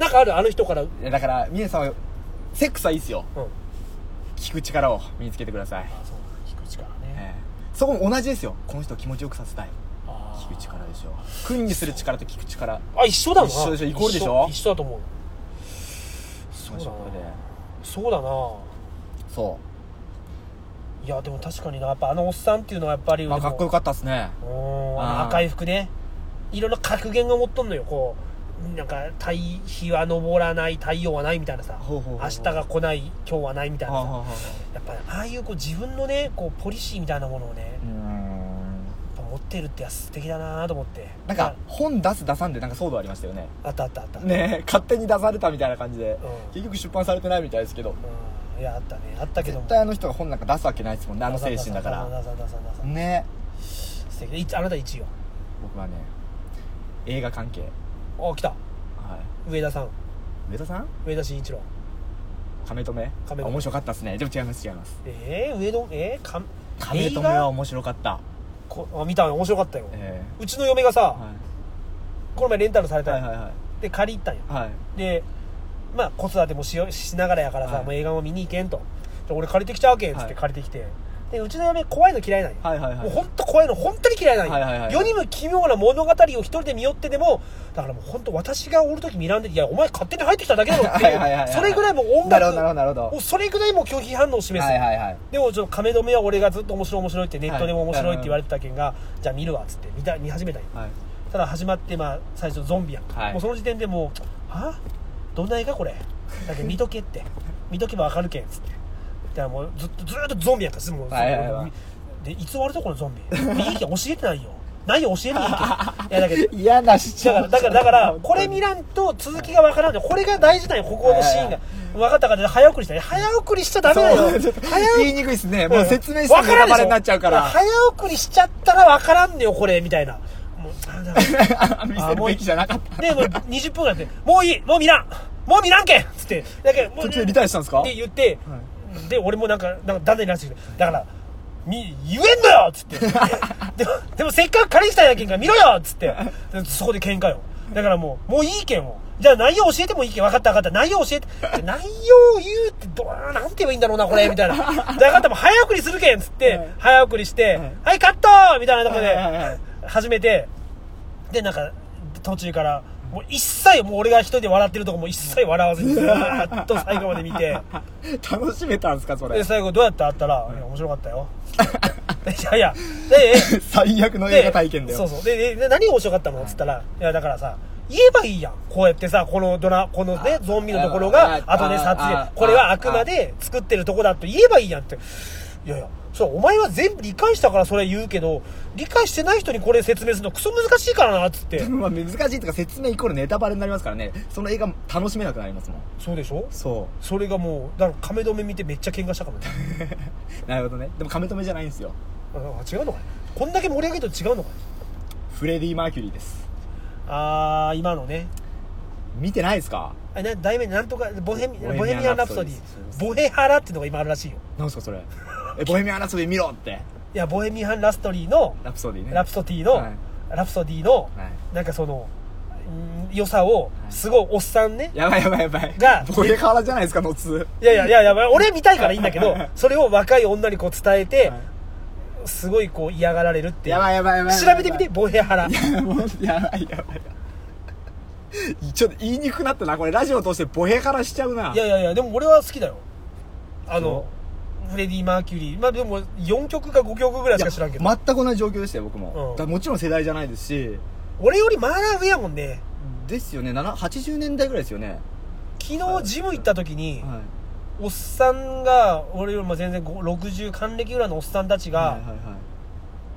Speaker 2: なんかあるあの人から、うん、
Speaker 1: いやだから峰さんはセックスはいいですよ
Speaker 2: あ
Speaker 1: 聞く力を身につけてください、
Speaker 2: そうなんだ聞く力ね
Speaker 1: ええそこも同じですよこの人を気持ちよくさせたい
Speaker 2: あ
Speaker 1: 聞く力でしょ訓にする力と聞く力
Speaker 2: あ一緒だな
Speaker 1: 一緒でしょイコールでしょ
Speaker 2: 一緒一緒だと思うそうだな
Speaker 1: これで
Speaker 2: そうだな
Speaker 1: そ
Speaker 2: いやでも確かになやっぱあのおっさんっていうのはやっぱり
Speaker 1: う、まあ、かっこよ
Speaker 2: っ
Speaker 1: かったっすね
Speaker 2: たうん
Speaker 1: あ
Speaker 2: あの
Speaker 1: ー
Speaker 2: 赤い服ねいろんな格言が持っとんのよこうなんか太日は昇らない太陽はないみたいなさ
Speaker 1: ほうほうほう
Speaker 2: 明日が来ない今日はないみたいな
Speaker 1: はあはあ
Speaker 2: さ
Speaker 1: は
Speaker 2: やっぱああいうこう自分のねこうポリシーみたいなものをね
Speaker 1: あうーん
Speaker 2: やっぱ持ってるってやつ素敵だなと思って
Speaker 1: なんか本出す出さんでなんか騒動ありましたよね
Speaker 2: ああったあったあった
Speaker 1: ねえ勝手に出されたみたいな感じで、
Speaker 2: うん
Speaker 1: 結局出版されてないみたいですけど
Speaker 2: うんいやあったねあったけども
Speaker 1: 絶対あの人が本なんか出すわけないですもんねあの精神だか
Speaker 2: ダ
Speaker 1: ら
Speaker 2: サダサダサダサ
Speaker 1: ね
Speaker 2: 素敵いあなた1位は
Speaker 1: 僕はね映画関係
Speaker 2: あ来た
Speaker 1: は
Speaker 2: 上田さん
Speaker 1: い上田さん
Speaker 2: 上田慎一郎
Speaker 1: 亀止め
Speaker 2: 亀止
Speaker 1: あ
Speaker 2: め
Speaker 1: 面白かったっすねでも違います違います
Speaker 2: えー、上田えー、か
Speaker 1: 亀止
Speaker 2: 映
Speaker 1: めは
Speaker 2: 画
Speaker 1: 面白かった
Speaker 2: こあ見たの面白かったよ、
Speaker 1: え
Speaker 2: うちの嫁がさ、
Speaker 1: えは
Speaker 2: この前レンタルされた
Speaker 1: い
Speaker 2: の、
Speaker 1: はいはいはい
Speaker 2: で借り行ったんよ
Speaker 1: はい
Speaker 2: でまあ子育てもしよしながらやからさ、
Speaker 1: はい
Speaker 2: もう映画も見に行けんとで俺借りてきちゃうけんっつっ
Speaker 1: は
Speaker 2: て
Speaker 1: い
Speaker 2: 借りてきて、でうちの嫁怖いの嫌いなんよ、
Speaker 1: はいはいは
Speaker 2: もう
Speaker 1: い
Speaker 2: 本当怖いの本当に嫌いなんよ、
Speaker 1: はいはいはい
Speaker 2: 世にも奇妙な物語を一人で見よってでもだからもう本当私がおる時見らんでいやお前勝手に入ってきただけだろっていう
Speaker 1: はいはいはいはい
Speaker 2: それぐらいもう音
Speaker 1: な
Speaker 2: 楽
Speaker 1: るほどなるほどなるほど
Speaker 2: もうそれぐらいもう拒否反応を示す、
Speaker 1: はいはいはい
Speaker 2: でもちょっと亀止めは俺がずっと面白い面白いってネットでも
Speaker 1: はい
Speaker 2: 面白いって言われてたけんが、じゃあ見るわっつって見た見始めたんよ
Speaker 1: はい
Speaker 2: ただ始まってまあ最初ゾンビやんか、
Speaker 1: はい
Speaker 2: もうその時点でもう「はどんな映画これ」だけど見とけって見とけばわかるけんっつってだからもうずっとずっとゾンビやったっすもう、
Speaker 1: はいはいはい
Speaker 2: でいつ終わるとこのゾンビいいけん教えてないよ <laughs> ないよ教えていいけんい
Speaker 1: <laughs>
Speaker 2: やだけど
Speaker 1: 嫌なしち
Speaker 2: だからだからだからこれ見らんと続きがわからんじゃんこれが大事なんよここのシー
Speaker 1: はいは
Speaker 2: ンが
Speaker 1: い
Speaker 2: 分かったから早送りしたね早送りしちゃダメだよ
Speaker 1: そう
Speaker 2: 早
Speaker 1: 言いにくいですねもう説明しても
Speaker 2: わ
Speaker 1: ネ
Speaker 2: か
Speaker 1: タ
Speaker 2: らんでしょ
Speaker 1: バレになっちゃうから
Speaker 2: 早送りしちゃったらわからんねよこれみたいなもうあだから
Speaker 1: 見せるべきじゃなかった
Speaker 2: で、もう20分ぐらいやって、もういいもう見らんもう見らんけんつって、だけどもう
Speaker 1: 途中でリタイアしたんですか
Speaker 2: って言って、で、俺もなんか、なんかだんだんになってきて、だから、み、言えんのよ
Speaker 1: <laughs>
Speaker 2: つって。でも、でもせっかく借りしたんやけんから見ろよつって。でそこで喧嘩よ。だからもう、もういいけんを。じゃあ内容教えてもいいけん。分かった分かった。内容教えて。で内容言うってどう、なんて言えばいいんだろうな、これ。
Speaker 1: <laughs>
Speaker 2: みたいな。で分かった、もう早送りするけんつって、
Speaker 1: はい
Speaker 2: 早送りして、
Speaker 1: はい
Speaker 2: はい、カットみたいなとこ
Speaker 1: はいはいは
Speaker 2: で
Speaker 1: い、
Speaker 2: 始めて、でなんか途中からもう一切もう俺が一人で笑ってるとこも一切笑わずにずーっと最後まで見て
Speaker 1: 楽しめたんですかそ
Speaker 2: で
Speaker 1: れ
Speaker 2: 最後どうやったあったら「いや面白かっ
Speaker 1: <laughs>
Speaker 2: たよ」いやいやで
Speaker 1: 最悪の
Speaker 2: で
Speaker 1: 映画体験だ
Speaker 2: そう
Speaker 1: よ
Speaker 2: そうででで何が面白かったのっつったら「いやだからさ言えばいいやんこうやってさこのドラこのねゾンビのところが
Speaker 1: あ
Speaker 2: 後で撮
Speaker 1: あ
Speaker 2: 影
Speaker 1: あ
Speaker 2: これはあくまで作ってるとこだと言えばいいやん」って。いやいやそれお前は全部理解したからそれ言うけど理解してない人にこれ説明するのクソ難しいからなっつって
Speaker 1: まあ難しいとか説明イコールネタバレになりますからねその映画楽しめなくなりますもん
Speaker 2: そうでしょ
Speaker 1: そ
Speaker 2: それがもうだから亀止め見てめっちゃ喧嘩したからね
Speaker 1: うなるほどねでも亀止めじゃないんですよ
Speaker 2: あ違うのかいこんだけ盛り上げると違うのかい
Speaker 1: フレディ・マーキュリーです
Speaker 2: ああ今のね
Speaker 1: 見てないですか
Speaker 2: あな題名なんとかボヘミ
Speaker 1: ボヘミアン
Speaker 2: ボヘミアン・ラプソディ
Speaker 1: ラプソディです
Speaker 2: ボヘハラっていうのが今あるらしいよ
Speaker 1: なんすかそれえボヘミアン・ラプソディ見ろって
Speaker 2: いやボヘミアン・ラストリーの
Speaker 1: ラプソディね
Speaker 2: ラプソディの、
Speaker 1: はい
Speaker 2: ラプソディの、
Speaker 1: は
Speaker 2: なんかそのうん良さを
Speaker 1: い
Speaker 2: すごいおっさんね、
Speaker 1: いやばいやばいやばい
Speaker 2: が
Speaker 1: ボヘハラじゃないですかノツ
Speaker 2: いやいやいやいや俺見たいからいいんだけどそれを若い女にこう伝えて、
Speaker 1: はい
Speaker 2: すごいこう嫌がられるっていう
Speaker 1: やばいやばいやばい
Speaker 2: 調べてみてボヘハラ
Speaker 1: もうやばいやばいちょっと言いにくくなったなこれラジオ通してボヘからしちゃうない
Speaker 2: やいやいやでも俺は好きだよあの
Speaker 1: そ
Speaker 2: フレディ・マーキュリーまあでも4曲か5曲ぐらいしか知らんけど、
Speaker 1: いや全く同じ状況でしたよ僕も、
Speaker 2: うん
Speaker 1: だからもちろん世代じゃないですし
Speaker 2: 俺よりマーラー上やもんね
Speaker 1: ですよね7 80年代ぐらいですよね、
Speaker 2: 昨日ジム行った時に、
Speaker 1: は
Speaker 2: おっさんが俺よりも全然ご60還暦ぐらいのおっさんたち
Speaker 1: い、はい
Speaker 2: が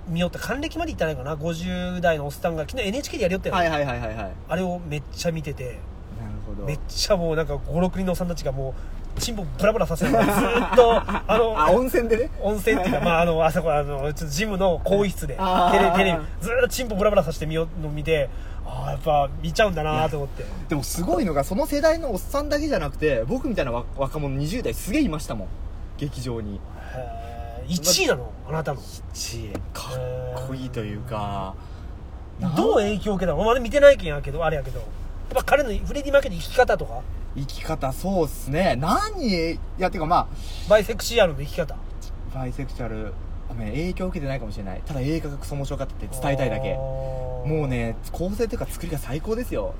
Speaker 2: 見よって還暦まで行ってないかな50代のおっさんが昨日 NHK でやりよったよ、
Speaker 1: はいはいはいはいはいはいなる
Speaker 2: あれをめっちゃ見てて
Speaker 1: ほど
Speaker 2: めっちゃもうなんか56人のおっさんたちがもうチンポブラブラさせながらずーっ
Speaker 1: <laughs>
Speaker 2: とあの
Speaker 1: あ温泉でね
Speaker 2: 温泉っていうか、まあ、あの、あそこ、あの、ちょっとジムの更衣室で、
Speaker 1: あー
Speaker 2: テレテレビ、ずーっとチンポブラブラさせて見ようの見て、ああ、やっぱ見ちゃうんだなと思って。
Speaker 1: でもすごいのがその世代のおっさんだけじゃなくて僕みたいな若若者20代すげえいましたもん劇場に
Speaker 2: へー1位なのあなたの。
Speaker 1: 1かっこいいというか
Speaker 2: どう
Speaker 1: え
Speaker 2: 影響を受けたのまだ見てないけんやけど、あれやけど。ぱ彼のフレディ・マーケの生き方とか
Speaker 1: 生き方そうっすね何いやてかま
Speaker 2: バイセクシュアルの生き方
Speaker 1: あバイセクシュアルあね影響受けてないかもしれないただ映画がクソ面白かったって伝えたいだけ
Speaker 2: も
Speaker 1: もうね構成というか作りが最高ですよ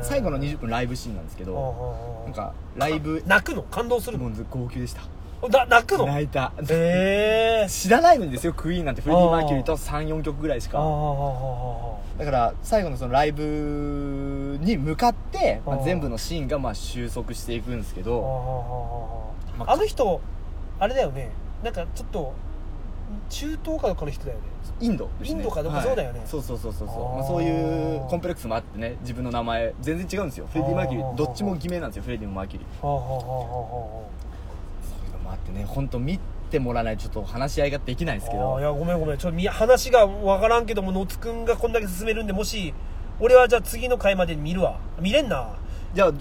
Speaker 1: 最後の20分ライブシーンなんですけどなんかライブ
Speaker 2: 泣くの感動する
Speaker 1: も
Speaker 2: の
Speaker 1: うず号泣でした
Speaker 2: な泣くの
Speaker 1: 泣いた
Speaker 2: へ
Speaker 1: <laughs>
Speaker 2: え
Speaker 1: 知らないんですよクイーンなんてフレディ・マーキュリーと34曲ぐらいし
Speaker 2: ああ
Speaker 1: かだから最後のそのライブに向かって、ま
Speaker 2: あ
Speaker 1: あ、
Speaker 2: ー
Speaker 1: 全部のシーンがまあ収束していくんですけどまあ
Speaker 2: あの人あれだよねなんかちょっと中東かどっかの人だよね
Speaker 1: インドです、ね、
Speaker 2: インドかどっかそうだよね
Speaker 1: はいそうそうそうそうそう
Speaker 2: あー
Speaker 1: まあ、そういうコンプレックスもあってね自分の名前全然違うんですよフレディ・マーキュリ
Speaker 2: あー
Speaker 1: ーどっちも偽名なんですよフレディもマーキュリー
Speaker 2: はあはあはあは
Speaker 1: そういうのもあってね本当見てもらわないとちょっと話し合いができないんですけ
Speaker 2: ああい
Speaker 1: ど
Speaker 2: やごめんごめんちょっとみ話がわからんけども野津くんがこんだけ進めるんでもし俺はじゃあ次の回までに見るわ見れんな
Speaker 1: じゃあ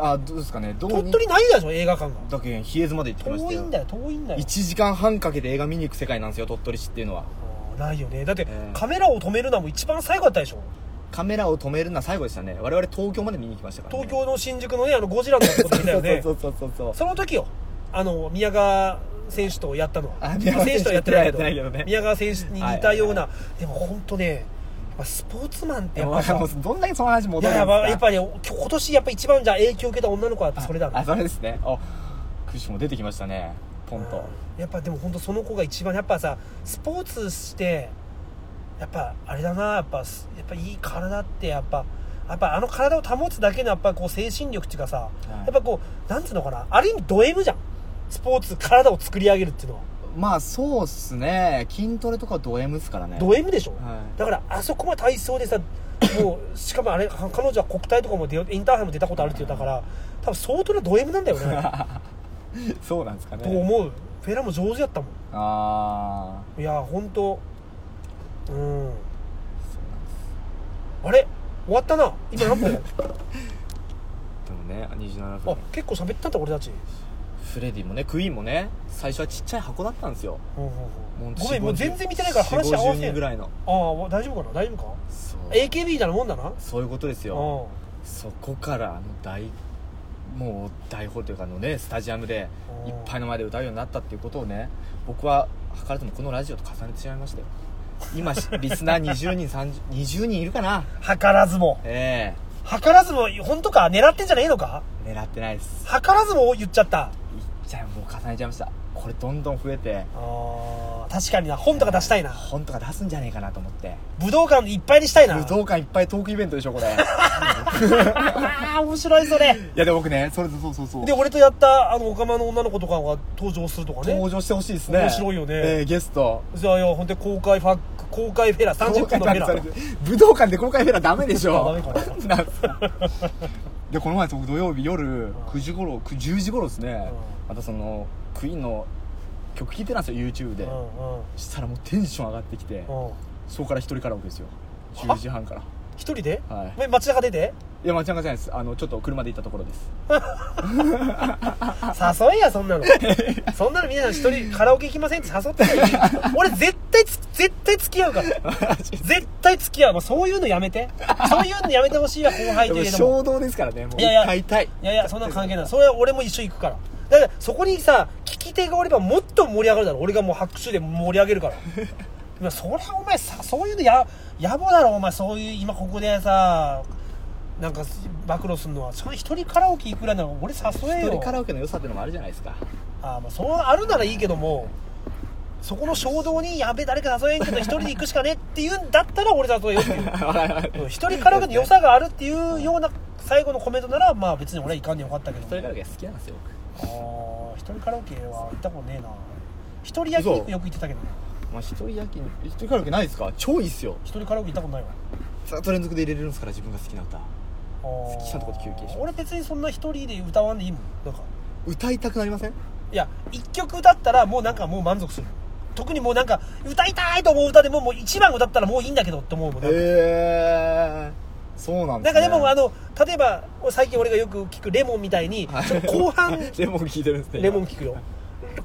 Speaker 1: あどうですかねどう
Speaker 2: 鳥
Speaker 1: に
Speaker 2: 取ないでしょ映画館が
Speaker 1: だけ比叡津まで行ってきました
Speaker 2: 遠いんだよ遠いんだよ
Speaker 1: 1時間半かけて映画見に行く世界なんですよ鳥取市っていうのは
Speaker 2: あーないよねだって、
Speaker 1: うん
Speaker 2: カメラを止めるのはもう一番最後だったでしょ
Speaker 1: カメラを止めるのは最後でしたね我々東京まで見に行きましたから、ね、
Speaker 2: 東京の新宿のねあのゴジラのこと見たよね
Speaker 1: <laughs> そうそうそうそうそう
Speaker 2: その時よあの宮川選手とやったのは
Speaker 1: あ宮川
Speaker 2: <laughs> 選
Speaker 1: 選
Speaker 2: 手
Speaker 1: 手
Speaker 2: と
Speaker 1: と
Speaker 2: はや
Speaker 1: や
Speaker 2: っ
Speaker 1: ってて
Speaker 2: な
Speaker 1: ないい
Speaker 2: け
Speaker 1: け
Speaker 2: ど
Speaker 1: ど
Speaker 2: 宮川選手に似たような、でも本当ねやっぱスポーツマンって
Speaker 1: いや
Speaker 2: やっ
Speaker 1: も
Speaker 2: ぱさ
Speaker 1: うどんだけその話戻
Speaker 2: い
Speaker 1: るん
Speaker 2: や
Speaker 1: です
Speaker 2: やっ
Speaker 1: か
Speaker 2: ぱやっぱね今年やっぱ一番じゃあ影響を受けた女の子はやっぱそれだ
Speaker 1: あ
Speaker 2: ね
Speaker 1: それですねあくしも出てきましたねポンと
Speaker 2: やっぱでも本当その子が一番やっぱさスポーツしてやっぱあれだなやっぱすやっぱいい体ってやっぱやっぱあの体を保つだけのやっぱこう精神力っていうかさ、
Speaker 1: い
Speaker 2: やっぱこうなんつうのかなある意味ド M じゃんスポーツ体を作り上げるっていうのは
Speaker 1: まあそうっすね筋トレとかド M っすからね
Speaker 2: ド M でしょ、
Speaker 1: はい
Speaker 2: だからあそこまで体操でさもうしかもあれか彼女は国体とかも出よインターハイも出たことあるっていうだから多分相当なド M なんだよね
Speaker 1: そうなんですか
Speaker 2: と
Speaker 1: ね
Speaker 2: 思うフェラも上手やったもん
Speaker 1: あ
Speaker 2: いや本当うんあれ終わったな今何
Speaker 1: <laughs>
Speaker 2: 分
Speaker 1: あでもね27
Speaker 2: あ
Speaker 1: 分
Speaker 2: 結構喋ったんだ俺たち、
Speaker 1: フレディもねクイーンもね最初はちっちゃい箱だったんですよ
Speaker 2: うんうんうん
Speaker 1: もう
Speaker 2: ごめんもう
Speaker 1: 40
Speaker 2: 全然見てないから話合わ
Speaker 1: 40人
Speaker 2: せ
Speaker 1: ぐ
Speaker 2: んあ
Speaker 1: らいの
Speaker 2: あ大丈夫かな大丈夫か
Speaker 1: そう
Speaker 2: AKB みたいなもんだな
Speaker 1: そういうことです
Speaker 2: う
Speaker 1: よ
Speaker 2: ん
Speaker 1: そこからあの大もう大ホールというかあのねスタジアムで
Speaker 2: うん
Speaker 1: いっぱいの前で歌うようになったっていうことをね僕は図らずもこのラジオと重ねてしまいましたよ今
Speaker 2: <laughs>
Speaker 1: しリスナー20人3020人いるかな
Speaker 2: 図らずも
Speaker 1: え
Speaker 2: 図らずも本当か狙ってんじゃねえのか
Speaker 1: え狙ってないです
Speaker 2: 図らずも言っちゃった
Speaker 1: いっちゃいもう重ねちゃいましたこれどんどん増えて
Speaker 2: あー確かにな本とか出したいな
Speaker 1: 本とか出すんじゃねえかなと思って
Speaker 2: 武道館いっぱいにしたいな
Speaker 1: 武道館いっぱいトークイベントでしょ
Speaker 2: <laughs>
Speaker 1: これい
Speaker 2: ああ面白いそれ
Speaker 1: やでも僕ねそれそうそうそう
Speaker 2: で俺とやったあのオカマの女の子とかが登場するとかね
Speaker 1: 登場してほしいですね
Speaker 2: 面白いよね
Speaker 1: ええゲスト
Speaker 2: じゃあいや本当に公開ファック公開フェラ30分のフェラ
Speaker 1: 公開されて武道館で公開フェラダメでしょ
Speaker 2: あダメ
Speaker 1: なんすかでこの前僕土曜日夜9時頃9 10時頃ですねまたそのクイーンの曲聴いてたんですよ YouTube
Speaker 2: う
Speaker 1: で
Speaker 2: んうん
Speaker 1: したらもうテンション上がってきて
Speaker 2: うん
Speaker 1: そこから一人カラオケですよ10時半から
Speaker 2: 一人で、
Speaker 1: はい
Speaker 2: ま街中出て
Speaker 1: いやまあちゃんがじゃないですあのちょっと車で行ったところです
Speaker 2: 誘いやそんな
Speaker 1: <laughs>
Speaker 2: のそんなの皆さん一人カラオケ行きませんって誘ってない俺絶対つ絶対付き合うから
Speaker 1: <laughs>
Speaker 2: 絶対付き合うもうそういうのやめてそういうのやめてほしいわ後輩と
Speaker 1: で
Speaker 2: い
Speaker 1: も
Speaker 2: うのも
Speaker 1: 衝動ですからねもう
Speaker 2: いやいや
Speaker 1: 買いたい
Speaker 2: いやいやそんなの関係ないそれは俺も一緒に行くからだからそこにさ聞き手がおればもっと盛り上がるだろ俺がもう拍手で盛り上げるからいやそれはお前さそういうのや野暮だろお前そういう今ここでさなんか暴露するのはその一人カラオケ行くぐらいなら俺誘え
Speaker 1: 一人
Speaker 2: よ
Speaker 1: カラオケの良さっていうのもあるじゃないですか
Speaker 2: ああまあそうあるならいいけどもそこの衝動にやべ誰か誘えんけど一人で行くしかねえっていうんだったら俺誘えよっていう
Speaker 1: <laughs>
Speaker 2: うん一人カラオケの良さがあるっていうような最後のコメントならまあ別に俺はいかんでよかったけど
Speaker 1: 一人カラオケ好きなんですよ僕
Speaker 2: あー一人カラオケは行ったことねえな一人焼肉よく行ってたけどね
Speaker 1: まあ一人焼き一人カラオケないですか超いいっすよ
Speaker 2: 一人カラオケ行ったことないわ
Speaker 1: ずっと連続で入れれるんですから自分が好きな歌
Speaker 2: 好
Speaker 1: 好きなとこで休憩します
Speaker 2: 俺別にそんな一人で歌わんでいいもんなんか
Speaker 1: 歌いたくなりません
Speaker 2: いや一曲歌ったらもうなんかもう満足する特にもうなんか歌いたいと思う歌でももう一番歌ったらもういいんだけどって思うもんね、
Speaker 1: ええそうなんで
Speaker 2: なん
Speaker 1: す
Speaker 2: か
Speaker 1: ね
Speaker 2: でも、あの例えば最近俺がよく聞くレモンみたいにちょっと後半
Speaker 1: レモン聞いてるんですね
Speaker 2: レモン聞くよ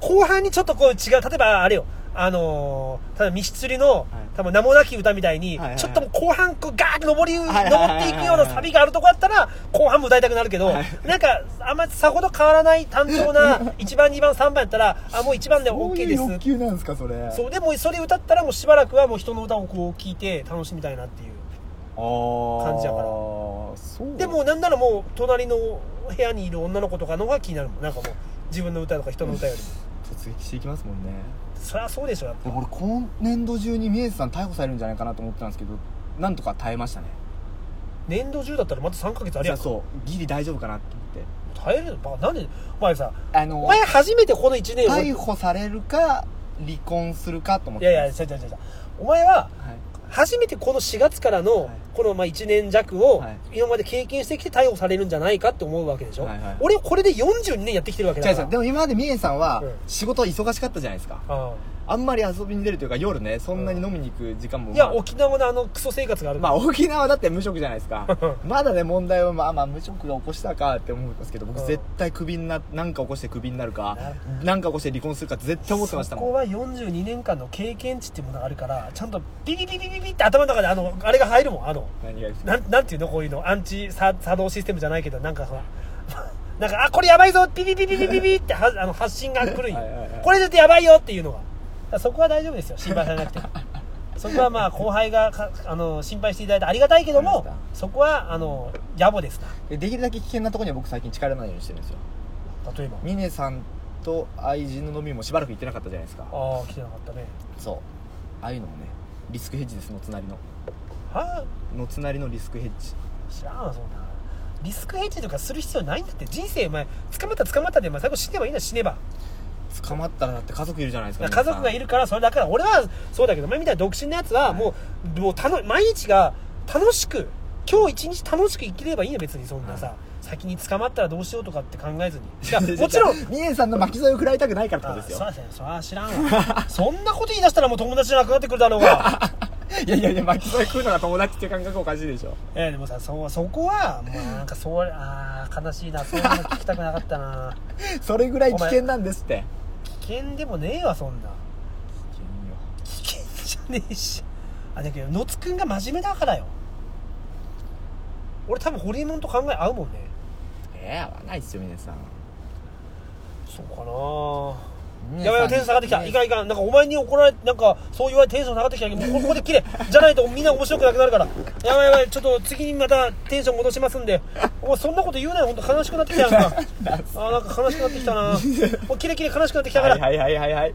Speaker 2: 後半にちょっとこう違う例えばあれよあのー、ただ、ミスチルの
Speaker 1: はい、
Speaker 2: 多分名もなき歌みたい
Speaker 1: は
Speaker 2: に、
Speaker 1: いはいはい
Speaker 2: ちょっともう後半、こうガーって登り、登
Speaker 1: はいはい
Speaker 2: っていくようなサビがあるとこだったら、後半も歌いたくなるけど、
Speaker 1: はい
Speaker 2: なんか、あんまさほど変わらない単調な、1番、2番、3番
Speaker 1: <laughs>
Speaker 2: やったら、あ、もう1番で
Speaker 1: どう
Speaker 2: OK
Speaker 1: いう
Speaker 2: です。
Speaker 1: 欲求なんですかそれ
Speaker 2: そう、でもそれ歌ったらもうしばらくはもう人の歌をこう聴いて楽しみたいなっていう。
Speaker 1: あ
Speaker 2: 感じやから
Speaker 1: そう
Speaker 2: でもなんならもう隣の部屋にいる女の子とかの方が気になるもんなんかもう自分の歌とか人の歌よりも
Speaker 1: 突撃していきますもんね
Speaker 2: そりゃそうでしょやっぱ
Speaker 1: でも俺今年度中にミエズさん逮捕されるんじゃないかなと思ってたんですけどなんとか耐えましたね
Speaker 2: 年度中だったらまた3ヶ月あ
Speaker 1: い
Speaker 2: りゃ
Speaker 1: やそうギリ大丈夫かなって思って
Speaker 2: 耐えれるのなんでお前さ
Speaker 1: あ
Speaker 2: お
Speaker 1: の
Speaker 2: 前初めてこの1年を
Speaker 1: 逮捕されるか離婚するかと思っ
Speaker 2: い
Speaker 1: て
Speaker 2: やいや違う
Speaker 1: い
Speaker 2: 違う違うお前は
Speaker 1: や
Speaker 2: 初めてこの4月からの
Speaker 1: はい
Speaker 2: このまあ1年弱を
Speaker 1: はい
Speaker 2: 今まで経験してきて逮捕されるんじゃないかって思うわけでしょ、
Speaker 1: はいはい
Speaker 2: 俺これで42年やってきてるわけだ
Speaker 1: 違
Speaker 2: か
Speaker 1: う違
Speaker 2: ら
Speaker 1: うでも今までミエさんは
Speaker 2: うん
Speaker 1: 仕事忙しかったじゃないですか
Speaker 2: あ
Speaker 1: あんまり遊びに出るというか夜ねそんなに飲みに行く時間も、
Speaker 2: あい
Speaker 1: ま
Speaker 2: や
Speaker 1: あ
Speaker 2: 沖縄のあのクソ生活がある
Speaker 1: まあ沖縄だって無職じゃないですか <laughs>
Speaker 2: <laughs> う
Speaker 1: まだね問題はまあまあ無職が起こしたかって思うんですけど僕
Speaker 2: うん
Speaker 1: 絶対クビにななんか起こしてクビになるか
Speaker 2: なる
Speaker 1: なんか起こして離婚するかって絶対思ってました
Speaker 2: そこ
Speaker 1: もん
Speaker 2: は42年間の経験値っていうものがあるからちゃんとビビビビビビって頭の中であのあれが入るもんあの
Speaker 1: 何がですか
Speaker 2: なんなんていうのこういうのアンチ作作動システムじゃないけどなんかほら <laughs> なんかあこれやばいぞビビビビビビビってはあの発信が来るんよ
Speaker 1: はいはいはい
Speaker 2: これちょっとやばいよっていうのがだからそこは大丈夫ですよ心配されなくてそこはまあ後輩がかあの心配していただいてありがたいけど
Speaker 1: あ
Speaker 2: も
Speaker 1: りがたい
Speaker 2: そこはあの野暮ですな
Speaker 1: でできるだけ危険なとこには僕最近近寄らないようにしてるんですよ
Speaker 2: 例えば
Speaker 1: ミネさんと愛人の飲みもしばらく行ってなかったじゃないですか
Speaker 2: ああ来てなかったね
Speaker 1: そうああいうのもねリスクヘッジですのつなりの
Speaker 2: はあ
Speaker 1: のつなりのリスクヘッジ
Speaker 2: 知らんわそんなリスクヘッジとかする必要ないんだって人生お前捕まった捕まったでお前最後死ねばいいんだ死ねば
Speaker 1: 捕まったらだって家族いるじゃないですか
Speaker 2: 家族がい
Speaker 1: る <laughs>
Speaker 2: るからそれだから俺はそうだけどお前みたいな独身のやつはもう,、もうたの毎日が楽しく今日一日楽しく生きればいいよ別にそんなさ、
Speaker 1: はい
Speaker 2: 先に捕まったらどうしようとかって考えずにいやもちろん
Speaker 1: ミネさんの巻き添えを食らいたくないからってこと
Speaker 2: あ
Speaker 1: です
Speaker 2: そう
Speaker 1: よ
Speaker 2: ですねそれは知らんわそんなこと言い出したらもう友達じゃなくなってくるだろうが
Speaker 1: <laughs> いやいやいや巻き添え食うのが友達っていう感覚おかしいでしょ
Speaker 2: えーでもさそうそこはもうなんかそうあー悲しいなそういうの聞きたくなかったな
Speaker 1: それぐらい危険なんですって
Speaker 2: 危険でもねえわそんな危険じゃねえしあだけど野津くんが真面目だからよ俺多分ホリエモンと考え合うもんね
Speaker 1: えー、合わないっすよ峰さん
Speaker 2: そうかな
Speaker 1: 峰
Speaker 2: や
Speaker 1: さ
Speaker 2: ばいよ
Speaker 1: ん
Speaker 2: テンション下がってきた、
Speaker 1: 峰
Speaker 2: いかんいかんなんかお前に怒られなんかそう言われてテンション下がってきたけどもうここで切れじゃないとみんな面白くなくなるからやばいやばいちょっと次にまたテンション戻しますんでお前そんなこと言うなよ本当悲しくなってきたやんかあーなんか悲しくなってきたなもうキレキレ悲しくなってきたから、
Speaker 1: はいはいはいはいはい